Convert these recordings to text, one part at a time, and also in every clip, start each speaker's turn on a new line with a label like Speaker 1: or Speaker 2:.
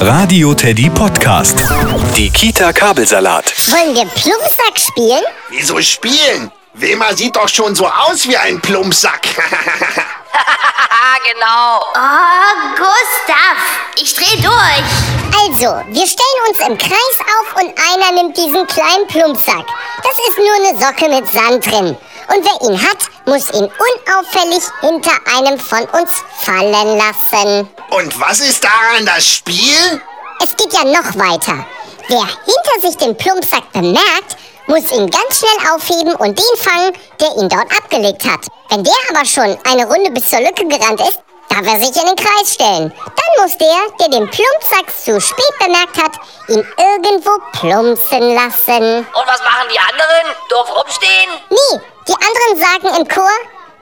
Speaker 1: Radio Teddy Podcast. Die Kita Kabelsalat.
Speaker 2: Wollen wir Plumpsack spielen?
Speaker 3: Wieso spielen? Wilma sieht doch schon so aus wie ein Plumpsack.
Speaker 4: Ah, genau.
Speaker 5: Oh, Gustav, ich dreh durch.
Speaker 2: Also, wir stellen uns im Kreis auf und einer nimmt diesen kleinen Plumpsack. Das ist nur eine Socke mit Sand drin. Und wer ihn hat, muss ihn unauffällig hinter einem von uns fallen lassen.
Speaker 3: Und was ist daran das Spiel?
Speaker 2: Es geht ja noch weiter. Wer hinter sich den Plumpsack bemerkt, muss ihn ganz schnell aufheben und den fangen, der ihn dort abgelegt hat. Wenn der aber schon eine Runde bis zur Lücke gerannt ist, darf er sich in den Kreis stellen. Dann muss der, der den Plumpsack zu spät bemerkt hat, ihn irgendwo plumpsen lassen.
Speaker 4: Und was machen die anderen? Doof rumstehen?
Speaker 2: Nee, die anderen sagen im Chor,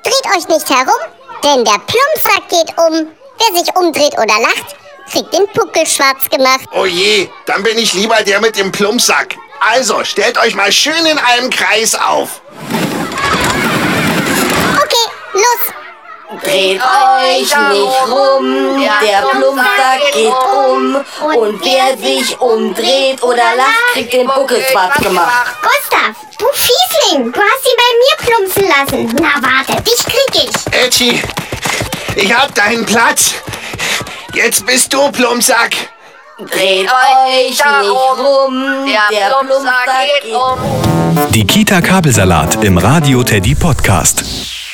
Speaker 2: dreht euch nicht herum, denn der Plumpsack geht um. Wer sich umdreht oder lacht, kriegt den Puckel schwarz gemacht.
Speaker 3: Oh je, dann bin ich lieber der mit dem Plumpsack. Also, stellt euch mal schön in einem Kreis auf.
Speaker 2: Okay, los,
Speaker 6: Dreht euch nicht rum, der Plumpsack geht um. Und wer sich umdreht oder lacht, kriegt den Buckel schwarz gemacht.
Speaker 5: Gustav, du Fiesling, du hast ihn bei mir plumpsen lassen. Na warte, dich krieg ich.
Speaker 3: Edgy, ich hab deinen Platz. Jetzt bist du Plumpsack.
Speaker 6: Dreht euch nicht rum, der Plumpsack geht um.
Speaker 1: Die Kita Kabelsalat im Radio Teddy Podcast.